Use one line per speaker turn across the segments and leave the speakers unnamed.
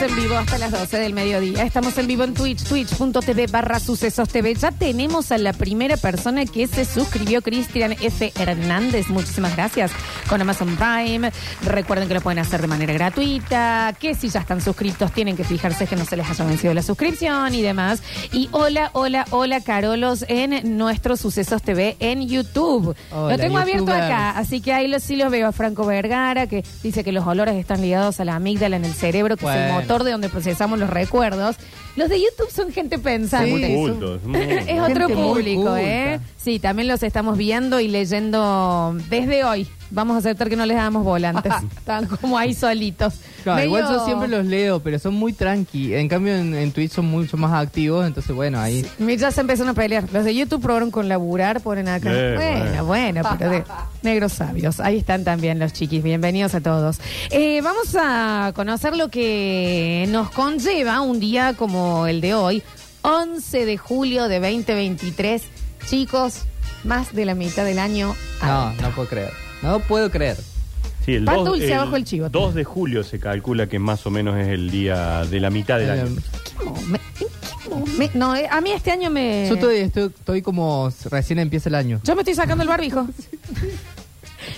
en vivo hasta las 12 del mediodía. Estamos en vivo en Twitch, twitch.tv barra sucesos TV. Ya tenemos a la primera persona que se suscribió, Cristian F. Hernández. Muchísimas gracias. Con Amazon Prime. Recuerden que lo pueden hacer de manera gratuita. Que si ya están suscritos, tienen que fijarse que no se les haya vencido la suscripción y demás. Y hola, hola, hola, Carolos, en nuestro Sucesos TV en YouTube.
Hola,
lo tengo abierto
youtubers.
acá. Así que ahí los, sí los veo a Franco Vergara, que dice que los olores están ligados a la amígdala en el cerebro, que es el
Bueno.
motor de donde procesamos los recuerdos. Los de YouTube son gente
Sí.
pensante.
Muy
Es un-
culto, es muy culto.
es otro
Gente muy
público,
culta.
¿eh? Sí, también los estamos viendo y leyendo desde hoy. Vamos a aceptar que no les damos volantes. Están como ahí solitos.
Claro,
Medio-
igual yo siempre los leo, pero son muy tranqui. En cambio, en, en Twitch son mucho más activos, entonces bueno, ahí.
Mira, Ya se empezaron a pelear. Los de YouTube probaron con laburar, ponen acá.
Eh,
bueno, bueno, pero de negros sabios. Ahí están también los chiquis. Bienvenidos a todos. Eh, vamos a conocer lo que nos conlleva un día como el de hoy, 11 de julio de 2023. Chicos, más de la mitad del año.
No,
adentro.
no puedo creer. No puedo creer.
Sí, el
Pan
dos-
dulce abajo el chivo.
2 de julio se calcula que más o menos es el día de la mitad del
Eh,
año.
¿Qué momen- qué momen- No, eh, a mí este año me...
Yo estoy, estoy, estoy como recién empieza el año.
Yo me estoy sacando el barbijo.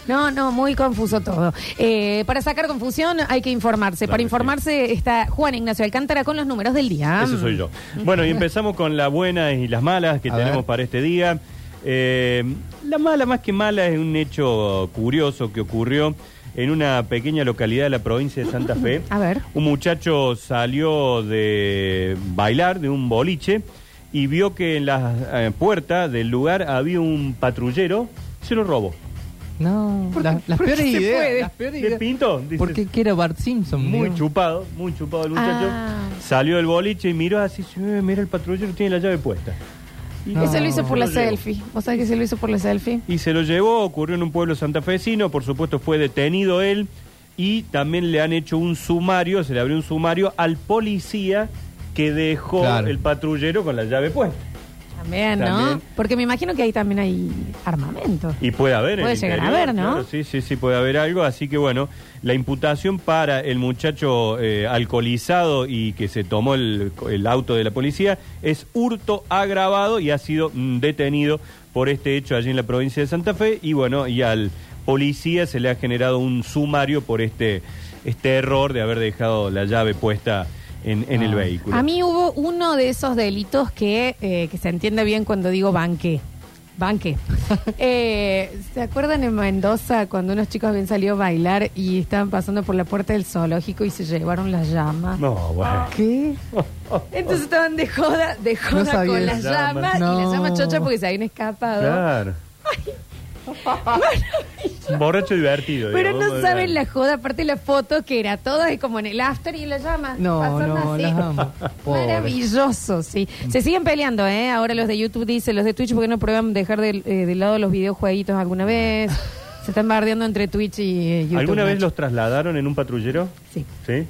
No, no, muy confuso todo. Eh, para sacar confusión hay que informarse.
Claro
para
que
informarse está Juan Ignacio Alcántara con los números del día.
Eso soy yo. Bueno, y empezamos con las buenas y las malas que
A
tenemos
ver.
para este día. Eh, la mala, más que mala, es un hecho curioso que ocurrió en una pequeña localidad de la provincia de Santa Fe.
A ver.
Un muchacho salió de bailar, de un boliche, y vio que en las eh, puertas del lugar había un patrullero, se lo robó.
No,
¿Por
la-
qué-
las
por qué
peores
se
ideas.
puede?
Las peores
¿Le
ideas.
pintó? Dice,
¿Por qué quiero Bart Simpson?
Muy
digo?
chupado, muy chupado el muchacho.
Ah.
Salió del boliche y miró así, "Eh, mira el patrullero tiene la llave puesta. Y
No.
Eso lo hizo por la
se lo llevó.
selfie. ¿Vos sabés que se lo hizo por la selfie?
Y se lo llevó, ocurrió en un pueblo santafesino, por supuesto fue detenido él y también le han hecho un sumario, se le abrió un sumario al policía que dejó
Claro.
el patrullero con la llave puesta.
También, ¿no?
También.
Porque me imagino que ahí también hay armamento.
Y puede haber. en
Puede
el
llegar a
interior,
haber, ¿no?
claro, sí, sí, sí, puede haber algo. Así que bueno, la imputación para el muchacho eh, alcoholizado y que se tomó el, el auto de la policía es hurto agravado y ha sido mm, detenido por este hecho allí en la provincia de Santa Fe. Y bueno, y al policía se le ha generado un sumario por este, este error de haber dejado la llave puesta en, en el
Ah.
vehículo.
A mí hubo uno de esos delitos que, eh, que se entiende bien cuando digo banque. Banque. Eh, ¿Se acuerdan en Mendoza cuando unos chicos habían salido a bailar y estaban pasando por la puerta del zoológico y se llevaron las llamas?
No, bueno.
¿Qué?
Entonces estaban de joda, de joda
sabía
con
eso.
las llamas y
No.
las llamas chochas porque se habían escapado.
Claro. Borracho divertido.
Pero
digamos,
no
de
saben
verdad.
la joda, aparte la foto que era toda es como en el after y las llamas.
No,
pasando
no,
así.
las amo. Pobre.
Maravilloso, sí. Se siguen peleando, ¿eh? Ahora los de YouTube dicen, los de Twitch, porque no prueban dejar de, eh, de lado los videojueguitos alguna vez? Se están bardeando entre Twitch y eh, YouTube.
¿Alguna vez
Nacho.
los trasladaron en un patrullero?
Sí.
¿Sí?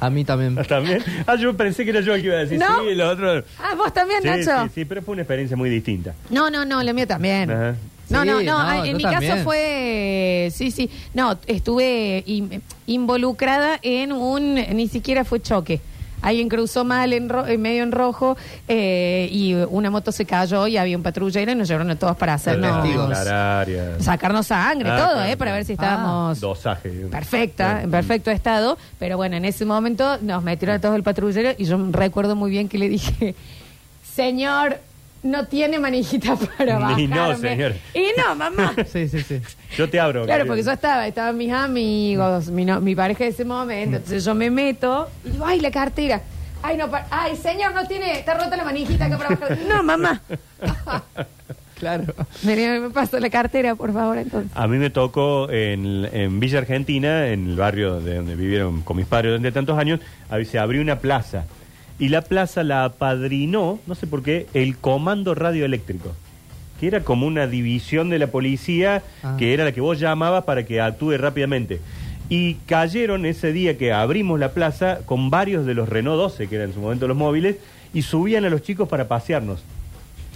A mí también.
¿También? Ah, yo pensé que era yo el que iba a decir
¿No?
sí, y los otros.
Ah, vos también,
Sí,
Nacho.
sí, sí, pero fue una experiencia muy distinta.
No, no, no, la mía también.
Ajá.
No,
Sí,
no, no,
no,
ah, en
yo
mi caso
también.
fue, sí, sí, no, estuve in- involucrada en un, ni siquiera fue choque. Alguien cruzó mal, en, ro- en medio en rojo, eh, y una moto se cayó y había un patrullero y nos llevaron a todos para hacernos,
Testigos.
Declarar y a-
sacarnos sangre,
Ah,
todo,
claro,
eh, para ver si
Ah.
estábamos
Dosaje. digamos.
perfecta,
Sí.
en perfecto estado, pero bueno, en ese momento nos metieron a todos el patrullero y yo recuerdo muy bien que le dije, señor, no tiene manijita para bajarme.
Ni no, señor.
Y no, mamá.
Sí, sí, sí.
Yo te abro.
Claro,
querido.
porque yo estaba, estaban mis amigos, mi, no- mi pareja de ese momento, entonces yo me meto y digo, ay, la cartera. Ay, no, pa- ay, señor, no tiene, está rota la manijita acá para bajar. No, mamá.
Claro.
Venía, me paso la cartera, por favor, entonces.
A mí me tocó en, en Villa Argentina, en el barrio de donde vivieron con mis padres durante tantos años, ahí se abrió una plaza. Y la plaza la apadrinó, no sé por qué, el Comando Radioeléctrico, que era como una división de la policía,
Ah.
que era la que vos llamabas para que actúe rápidamente. Y cayeron ese día que abrimos la plaza con varios de los Renault 12, que eran en su momento los móviles, y subían a los chicos para pasearnos.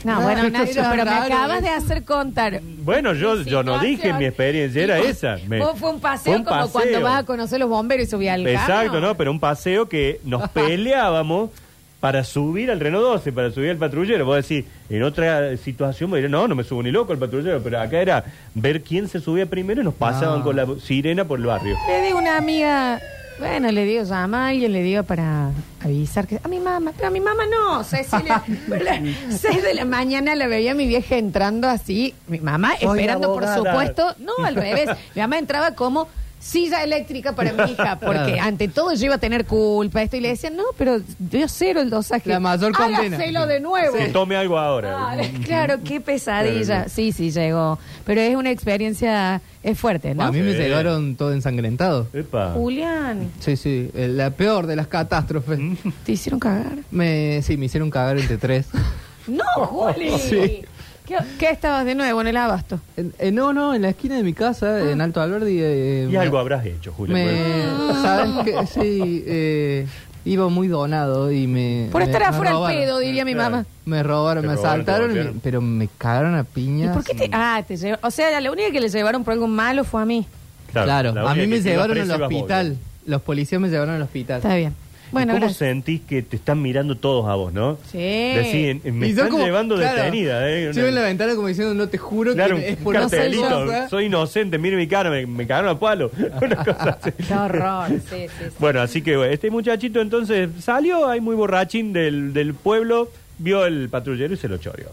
No, bueno,
Era
Nacho, pero me
raro
acabas
eso.
de hacer contar.
Bueno, yo, yo no dije mi experiencia, era
Vos-
esa. Me-
vos fue un paseo
fue un
como cuando
paseo.
vas a conocer los bomberos y subí al
Exacto,
carro.
¿no? Pero un paseo que nos peleábamos para subir al Renault 12, para subir al patrullero. Vos decís, en otra situación, vos dirás, no, no me subo ni loco al patrullero, pero acá era ver quién se subía primero y nos pasaban
Ah.
con la sirena por el barrio.
Le digo a una amiga, bueno, le digo llama a alguien, le digo para avisar que a mi mamá, pero a mi mamá no, Cecilia, a las 6 de la mañana la veía a mi vieja entrando así, mi mamá
Soy
esperando por
abogada.
supuesto, no al revés, mi mamá entraba como silla eléctrica para mi hija, porque ante todo yo iba a tener culpa esto y le decían, no, pero yo cero el dosaje.
La mayor condena.
Hágaselo de nuevo.
Que tome algo ahora.
Ah, claro, qué pesadilla. Sí, sí, llegó. Pero es una experiencia, es fuerte, ¿no?
A mí me
Sí.
llegaron todo ensangrentado.
Epa.
Julián,
Sí, sí, eh, la peor de las catástrofes.
Mm.
te hicieron cagar.
Me, sí, me hicieron cagar entre tres.
No, Juli.
Sí.
¿Qué, qué estabas de nuevo en el abasto?
En- eh, no, no, en la esquina de mi casa, en Alto Alberdi. eh,
Ah. Y
me-
algo habrás hecho, Julio.
Me, ¿Sabes qué? Sí, eh, iba muy donado y me.
Por
me-
estar
me
afuera al
robaron.
pedo, diría mi
Claro.
mamá.
Me robaron,
Te
me
robaron, te
asaltaron, y me-
golpearon.
pero me cagaron a
¿Y
piñas.
por qué te.? Ah, te llevó. O sea, la única que le llevaron por algo malo fue a mí.
Claro,
la
a
única
mí me
que iba
llevaron
presa
al
ibas vos,
hospital.
¿no?
Los policías me llevaron al hospital.
Está bien. Bueno,
¿Y ¿Cómo
gracias.
sentís que te están mirando todos a vos, no?
Sí.
Decís, me
Y yo
están
como-
llevando
claro,
detenida, ¿eh?
Yo
Una-
en la ventana como diciendo, no te juro
Claro,
que es
un
por no ser ¿eh?
cartelito,
cartelito.
cosa.
Soy inocente, mire mi cara, me, me cagaron a palo. Una cosa así.
Qué horror. Sí, sí, sí.
Bueno, así que bueno, este muchachito entonces salió ahí muy borrachín del, del pueblo, vio el patrullero y se lo choreó.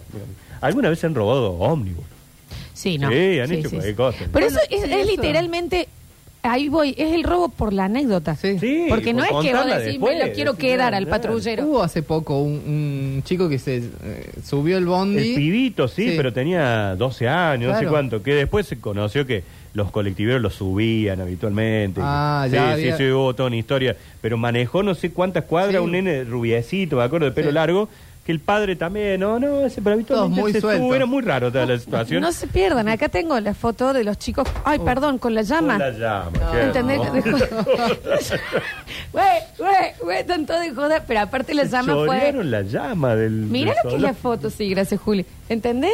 ¿Alguna vez se han robado ómnibus?
Sí, no.
Sí, han hecho cualquier cosa.
Pero eso
Bueno,
es,
sí,
es
eso.
literalmente. Ahí voy, es el robo por la anécdota.
Sí.
Sí,
Porque no
por
es que vos
contarla
decís,
después,
me lo quiero
decís,
quedar
ah,
al
claro.
patrullero.
Hubo hace poco un, un chico que se eh, subió el bondi.
El pibito, sí,
Sí.
pero tenía 12 años, no sé
Claro.
cuánto, que después se conoció que los colectiveros lo subían habitualmente.
Ah,
sí,
ya
sí,
había-
sí, hubo toda una historia. Pero manejó no sé cuántas cuadras
Sí.
un nene rubiecito, me acuerdo, de pelo
Sí.
largo, que el padre también, no, no, ese pero habitualmente
Todos muy
se sube,
sueltos.
era muy raro toda la situación.
No se pierdan, acá tengo la foto de los chicos. Ay, perdón, con la
Oh. Con
llama.
la llama, qué
¿Entendés?
hermoso.
De joda. Güey, güey, güey, están todos de joda, pero aparte la llama fue.
Chorearon la llama del.
Mirá
del
lo que es la
solo.
foto, sí, gracias, Juli. ¿Entendés?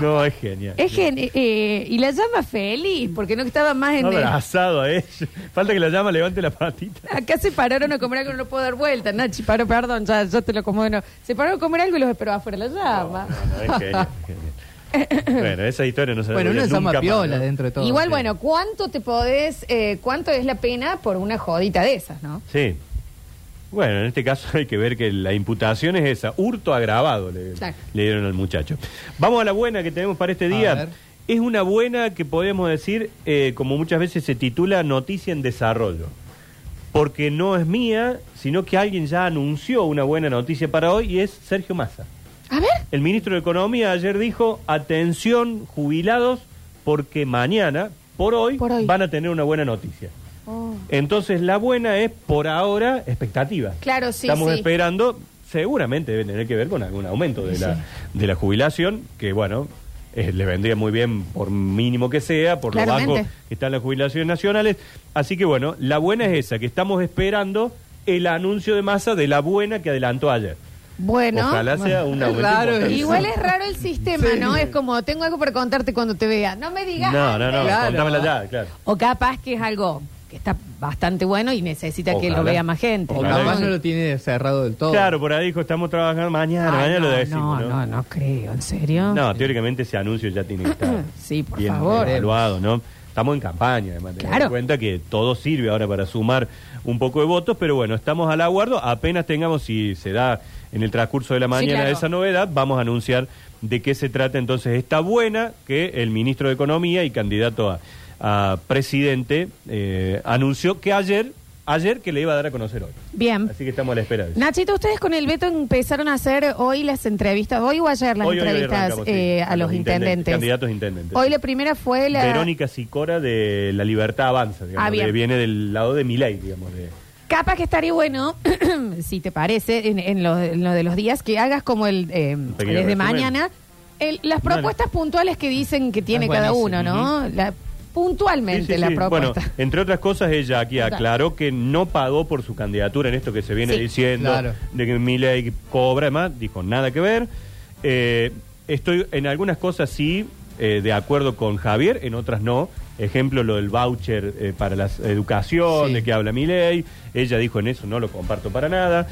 No, es genial.
Es que, eh, eh, y la llama feliz, porque no estaba más en. el-
Abrazado a ella. Falta que la llama levante la patita.
Acá se pararon a comer algo, no puedo dar vuelta. Nachi, paro, perdón, ya, ya te lo acomodo. no. Se pararon a comer algo y los esperó afuera la
Ah,
llama.
No, no, es genial, es genial. bueno, esa historia no se la
Bueno, una
olvida
llama
nunca más,
piola
¿no?
dentro de todo.
Igual,
sí.
bueno, ¿cuánto te podés, eh, cuánto es la pena por una jodita de esas, no?
Sí. Bueno, en este caso hay que ver que la imputación es esa, hurto agravado le,
Claro.
le dieron al muchacho. Vamos a la buena que tenemos para este
A
día.
ver.
Es una buena que podemos decir, eh, como muchas veces se titula, noticia en desarrollo. Porque no es mía, sino que alguien ya anunció una buena noticia para hoy y es Sergio Massa.
A ver.
El ministro de Economía ayer dijo, atención jubilados, porque mañana, por hoy,
Por hoy.
van a tener una buena noticia.
Oh.
Entonces la buena es, por ahora, expectativa.
Claro, sí,
Estamos
sí.
esperando, seguramente debe tener que ver con algún aumento de, la, de la jubilación, que bueno, eh, le vendría muy bien por mínimo que sea, por
Claramente.
lo bajo que están las jubilaciones nacionales. Así que bueno, la buena es esa, que estamos esperando el anuncio de masa de la buena que adelantó ayer.
¿Eh, Bueno.
Ojalá sea un
es
aumento
raro
importante.
eso.
Igual es raro el sistema,
Sí.
¿no? Es como, tengo algo para contarte cuando te vea. No me digas.
No, no, no,
Claro.
contámela ya, claro.
O capaz que es algo que está bastante bueno y necesita que lo
Ojalá.
vea más gente.
O
Ojalá.
capaz no lo tiene cerrado del todo.
Claro, por ahí dijo, estamos trabajando mañana,
Oh. Ay,
mañana
no,
lo decimos.
no,
No,
no, no creo, ¿en serio?
No, teóricamente ese anuncio ya tiene que estar
Sí, por
bien
favor.
evaluado, ¿no? Estamos en campaña, además, teniendo
Claro.
en cuenta que todo sirve ahora para sumar un poco de votos, pero bueno, estamos al aguardo, apenas tengamos, si se da en el transcurso de la mañana
claro.
esa novedad, vamos a anunciar de qué se trata entonces esta buena que el ministro de Economía y candidato a, a presidente eh, anunció que ayer, ayer que le iba a dar a conocer hoy.
Bien.
Así que estamos a la espera de eso.
Nachito, ustedes con el Beto empezaron a hacer hoy las entrevistas, hoy o ayer las
Hoy, hoy, hoy
entrevistas
arrancamos,
eh,
sí,
a los intendentes.
Candidatos a intendentes.
Hoy
sí.
la primera fue la...
Verónica Sicora de La Libertad Avanza, digamos,
Ah, bien.
de- viene del lado de Milei, digamos. de-
Capaz que estaría bueno, si te parece, en, en lo, en lo de los días, que hagas como el eh,
pequeño
desde
resumen.
mañana, el- las
Bueno.
propuestas puntuales que dicen que tiene
Es
cada
buenísimo,
uno, ¿no? La- puntualmente
Sí, sí,
la
sí.
propuesta.
Bueno, entre otras cosas, ella aquí aclaró que no pagó por su candidatura en esto que se viene
Sí.
diciendo,
Claro.
de que Milei cobra, además, dijo nada que ver. Eh, estoy en algunas cosas sí eh, de acuerdo con Javier, en otras no. Ejemplo, lo del voucher eh, para la educación,
Sí.
de que habla Milei. Ella dijo en eso, no lo comparto para nada.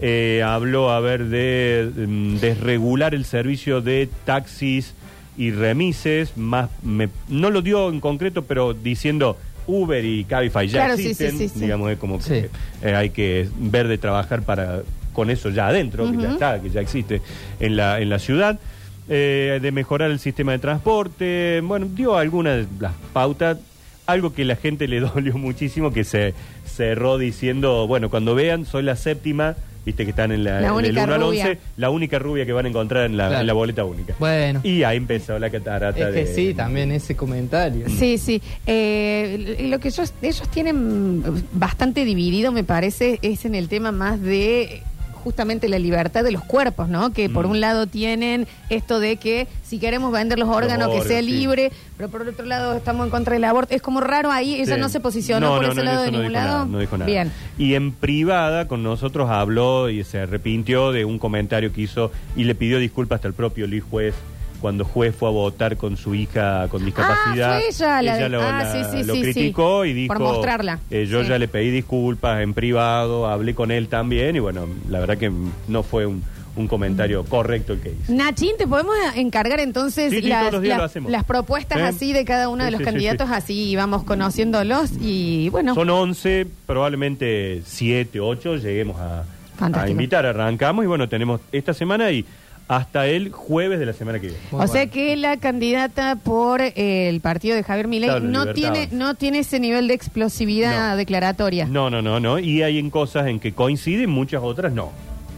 Eh, habló, a ver, de mm, desregular el servicio de taxis y remises. más me- No lo dio en concreto, pero diciendo Uber y Cabify ya
Claro, sí, sí,
existen.
sí, sí.
Digamos, es como que
Sí.
eh, hay que ver de trabajar para con eso ya adentro, que ya
Ujú.
está que ya existe en la, en la ciudad, eh, de mejorar el sistema de transporte, bueno, dio algunas de las pautas, algo que la gente le dolió muchísimo, que se cerró diciendo, bueno, cuando vean, soy la séptima, viste que están en la,
La
en
única
el 1 al
rubia.
11, la única rubia que van a encontrar en la,
Claro.
en la boleta única.
Bueno,
Y ahí empezó la catarata
es que
de...
sí, también ese comentario.
Mm.
Sí, sí. Eh, lo que ellos, ellos tienen bastante dividido, me parece, es en el tema más de justamente la libertad de los cuerpos, ¿no? Que por
Mm.
un lado tienen esto de que si queremos vender los órganos, que sea
órganos, sí.
libre, pero por otro lado estamos en contra del aborto. Es como raro ahí, ella
Sí.
no se posicionó
No,
por
no,
ese
no,
lado
eso
de
no
ningún
dijo
lado.
nada, no dijo nada.
Bien.
Y en privada con nosotros habló y se arrepintió de un comentario que hizo y le pidió disculpas hasta el propio Luis Juez cuando Juez fue a votar con su hija con discapacidad.
Ah, fue ella la de-
lo,
ah, sí, sí,
lo
sí, sí.
criticó y dijo...
Por mostrarla.
eh, yo
Sí.
ya le pedí disculpas en privado, hablé con él también y bueno, la verdad que no fue un, un comentario correcto el que hizo.
Nachín, ¿te podemos encargar entonces
Sí, sí,
las,
todos los días
las-
lo hacemos.
las propuestas
¿Eh?
así de cada uno de
Sí,
los
sí, sí,
candidatos?
sí.
Así vamos conociéndolos y bueno.
Son 11, probablemente 7, 8, lleguemos a,
Fantástico.
a invitar. Arrancamos y bueno, tenemos esta semana y hasta el jueves de la semana que viene.
o
Muy
sea
bueno.
que la candidata por eh, el partido de Javier Milei
Claro,
no
Libertad
tiene
Avanza.
no tiene ese nivel de explosividad
No.
declaratoria.
No, no, no, no. Y hay en cosas en que coinciden, muchas otras no.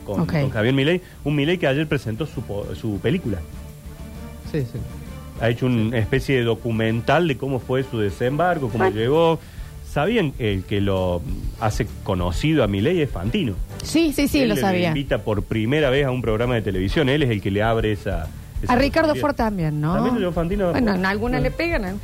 Con,
Ok.
con Javier Milei, un Milei que ayer presentó su, po- su película.
Sí, sí.
Ha hecho una especie de documental de cómo fue su desembarco, cómo llegó. Sabían el que lo hace conocido a Milei es Fantino.
Sí, sí, sí,
Él
lo
le
sabía.
invita por primera vez a un programa de televisión. Él es el que le abre esa. esa
A Ricardo
posibilidad.
Ford también, ¿no?
También le dio Fantino.
Bueno, en alguna
Bueno.
le pegan. ¿eh?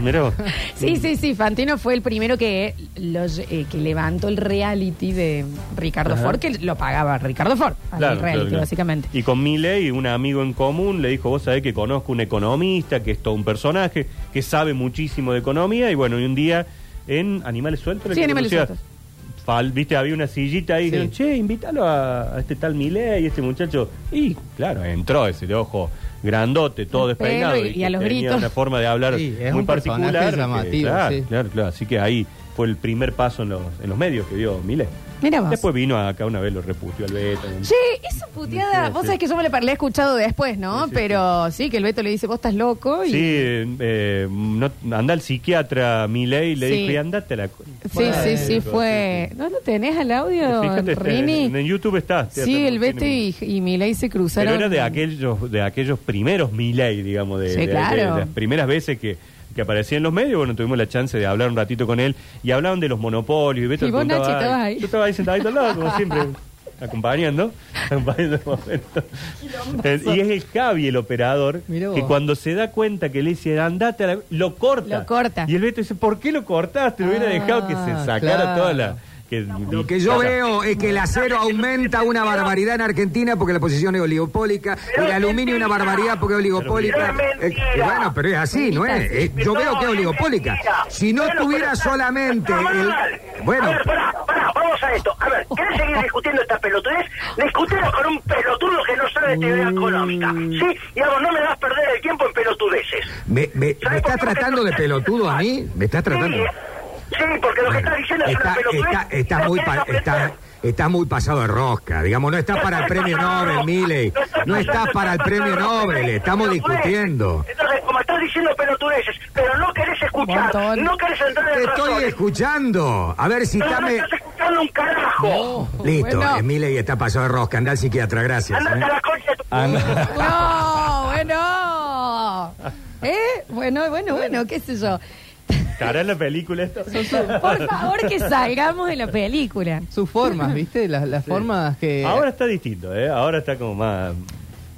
Mirá vos.
Sí, sí, sí, Fantino fue el primero que, lo lle- eh, que levantó el reality de Ricardo
Ajá.
Ford, que lo pagaba Ricardo Ford, al
Claro,
reality,
claro, claro.
básicamente.
Y con Miley, un amigo en común, le dijo, vos sabés que conozco un economista, que es todo un personaje, que sabe muchísimo de economía, y bueno, y un día en Animales Sueltos...
Sí,
que
Animales
conocía,
Sueltos.
fal- Viste, había una sillita ahí, y
Sí.
dijeron, che, invítalo a, a este tal Miley, este muchacho. Y claro, entró ese de ojo grandote, todo
El pelo
despeinado.
y- y a
que
los
tenía
gritos.
una forma de hablar
Sí, es
muy
un personaje
particular. que-
llamativo,
claro,
sí.
claro, claro. Así que ahí fue el primer paso en los, en los medios que dio Miley.
Mira vos.
Después vino acá una vez, lo repudió al Beto.
Che, esa puteada,
Sí,
vos
sí.
sabés que yo me la la he escuchado después, ¿no?
Sí, sí,
Pero sí, que el Beto le dice, vos estás loco y...
Sí, eh, no, anda al psiquiatra Milei le
Sí.
dijo, y andate a la... cu-".
Sí,
eh,
sí,
Bueno,
sí, fue. ¿No lo tenés al audio,
Fíjate, está-
Rini?
en, en YouTube está.
sí, el Beto y, y Milei se cruzaron.
Pero era de aquellos, de aquellos primeros Milei, digamos, de,
Sí,
de- de-
claro.
de las primeras veces que, que aparecía en los medios. Bueno, tuvimos la chance de hablar un ratito con él y hablaban de los monopolios. Y, Beto
Y
le
vos,
preguntaba,
Nachi, estabas ahí.
Yo estaba ahí sentadito al lado, como siempre, acompañando. acompañando el momento. Eh, Y es el Javi, el operador,
Mirá vos.
que cuando se da cuenta que le dice, andate, a la-", lo corta.
Lo corta.
Y el Beto dice, ¿por qué lo cortaste? Lo hubiera
Ah,
dejado que se sacara
claro.
toda la... que-
Lo que yo
cada-
veo es que el acero aumenta una barbaridad en Argentina porque la posición es oligopólica, y el aluminio una barbaridad porque es oligopólica. Eh, eh, bueno, pero es así, ¿no es? Eh, yo veo que es oligopólica. Si no tuviera solamente... el-
A
bueno, Oh.
ver, pará, pará, vamos a esto. A ver, ¿querés seguir discutiendo esta pelotudez? Discutelo con un pelotudo que no sabe de teoría económica.
Mm.
¿Sí? Digamos, no me vas a perder el tiempo en pelotudeces.
¿me, me, me
¿Sabés por
estás
qué? Porque
tratando de
tú-
pelotudo a mí? ¿Me estás tratando?
Sí, sí, porque lo que estás diciendo es una
Está,
pelotudez.
está- está
y no
muy
querés
pa-
aprender.
está- está muy pasado de rosca, digamos, no estás para el premio Nobel, Miley, no estás para el premio Nobel, estamos discutiendo.
Entonces, como estás diciendo pelotudeces, pero no querés escuchar,
Montón.
no querés entrar
Te
en
estoy
razones.
escuchando. A ver si
No,
está...
no
me-
estás escuchando un carajo.
Listo,
Oh, Bueno.
Emile está pasado de rosca. Anda al psiquiatra, gracias.
Andate
¿eh?
a la concha de tu...
No, bueno. ¿Eh? Bueno, bueno, bueno, qué sé yo.
Cara la película esto.
Por favor, que salgamos de la película.
Sus formas, ¿viste? Las, las formas que...
Ahora está distinto, ¿eh? Ahora está como más...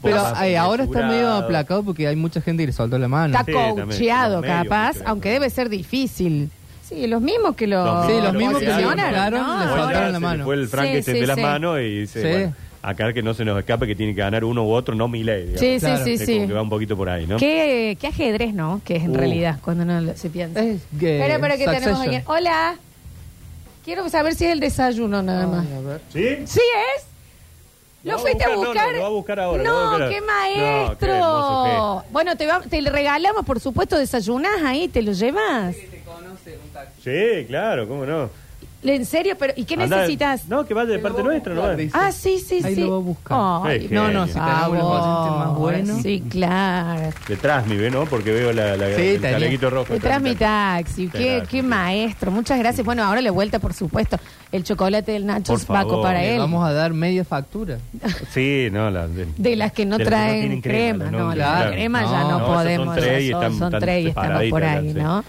pero
más
eh, ahora está medio
mesurado.
aplacado porque hay mucha gente que le soltó la mano.
Está
Sí, también,
coacheado,
los medios,
capaz,
mucho,
aunque
¿no?
debe ser difícil. Sí, los mismos que lo
Los
Sí, los mismos que lo
posicionaron,
nombraron,
¿no?
le
Hoy ya
soltaron
se
la
le
mano.
Fue el Frankenstein
Sí, sí,
de las
sí.
manos y dice,
Sí.
bueno, acá que no se nos escape que tiene que ganar uno u otro, no Milei. digamos.
Sí,
Claro.
sí, sí,
Es
sí.
como que va un poquito por ahí, ¿no?
¿Qué, qué ajedrez, ¿no? Que es en
Uh.
realidad cuando uno lo- se piensa.
Es que-
Espera, espera, que tenemos
Succession.
alguien. Hola. Quiero saber si es el desayuno nada más.
Ay, a ver.
¿Sí?
¿Sí es? ¿Lo
Lo va a
fuiste a
buscar, no,
buscar?
no, lo va a buscar ahora, lo va a
No,
buscar.
qué
No, qué
maestro.
hermoso
bueno, te, va- te le regalamos, por supuesto, desayunás ahí, te lo llevas.
Sí, claro, cómo no.
¿En serio? pero ¿Y qué
Andá-
necesitas?
No, que vaya de
Que
parte
lo vamos a
nuestra, ¿no?
buscar,
va.
dice.
Ah, sí, sí,
Ahí
sí.
lo va a buscar.
Ay,
Qué
No,
no,
no, si tenemos
por
unos
favor.
oyentes más buenos.
Sí, claro.
Detrás mi ve, ¿no? Porque veo la, la,
Sí,
el
tenía.
chalequito rojo.
Detrás mi taxi,
Detrás
qué, qué
mi taxi.
maestro, muchas gracias. Bueno, ahora le vuelta, por supuesto, el chocolate del Nacho
Por
Paco
favor,
para
le
él.
Le Vamos a dar media factura.
Sí, no, la-
De las que no
de las
traen
tienen
crema, no, las
Claro.
de crema ya no,
No,
esas
podemos.
Son tres y
ya son-
están,
son
están
tres y estamos
separaditas
por
las,
ahí,
sí.
¿no?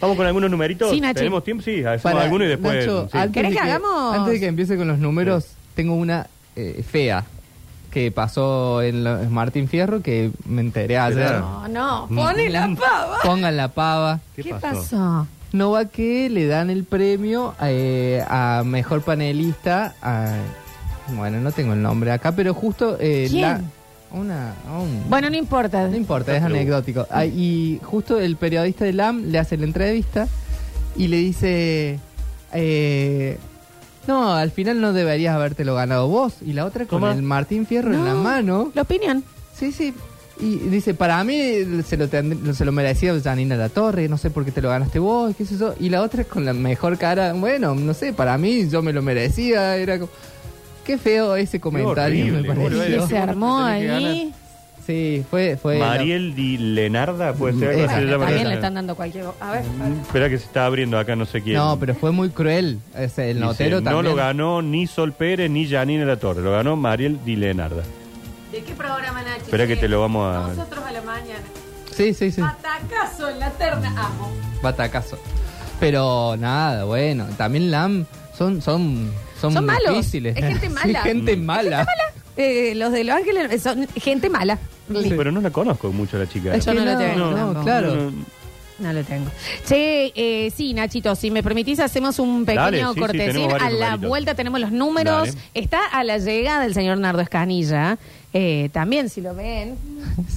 Vamos con algunos numeritos.
Sí, Nachi.
Tenemos tiempo, sí, hacemos
Para-
algunos y después.
Nacho,
sí.
antes
¿Querés
de
que hagamos?
Antes de que empiece con los números, tengo una eh, fea que pasó en, la- en Martín Fierro que me enteré ayer. Mm,
No, no, pone la pava.
Pongan la pava.
¿Qué, pasó?
No va que le dan el premio eh, a mejor panelista. a- bueno, no tengo el nombre acá, pero justo eh,
¿Quién?
la- una un-
Bueno, no importa.
no importa, es anecdótico. Ah, y justo el periodista de LAM le hace la entrevista y le dice, eh, no, al final no deberías habértelo ganado vos. Y la otra con
Toma.
el Martín Fierro en
No,
la mano.
La opinión.
Sí, sí. Y dice, para mí se lo, tend- se lo merecía Janina La Torre, no sé por qué te lo ganaste vos, qué sé yo. Y la otra con la mejor cara, bueno, no sé, para mí yo me lo merecía. Era como, qué feo ese comentario me
horrible, ¿cómo le va a
pareció.
Y
Pero
se
vos
armó
tenés que
ahí.
Sí, fue... fue la-
Mariel Di Lenarda, puede ser.
Esa,
Así se
Bueno,
llama
también
esa.
le están dando cualquier. A ver.
Espera que se está abriendo acá, no sé quién.
No, pero fue muy cruel. O sea, el
Dice,
notero también.
No lo ganó ni Sol Pérez ni Janine La Torre, lo ganó Mariel Di Lenarda.
¿De qué programa, Nachi?
Espera que te lo vamos a-
Nosotros a la mañana.
Sí, sí, sí.
Atacazo en la terna. Amo.
Batacazo. Pero nada, bueno. También LAM son son son,
Son malos.
difíciles.
Es gente
Sí,
mala.
gente mala.
Eh, los de Los Ángeles eh, son gente mala.
Sí.
Pero no la conozco mucho la chica.
Es Yo
que
no lo tengo
No,
tampoco.
claro.
No, no.
No lo tengo. Che, eh, sí, Nachito, si me permitís, hacemos un
Dale,
pequeño
sí, sí,
cortesín.
tenemos
a
varios
la
numeritos.
vuelta tenemos los números.
Dale.
Está a la llegada el señor Nardo Escanilla. Eh, también, si lo ven.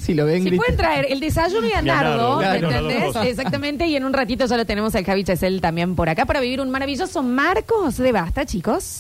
Si lo ven
Si
grita.
pueden traer el desayuno y a
Y a
Nardo,
Nardo,
¿me
claro,
entendés?
las dos.
Exactamente, y en un ratito ya lo tenemos al Javi Chesel también por acá para vivir un maravilloso Marcos de Basta, chicos.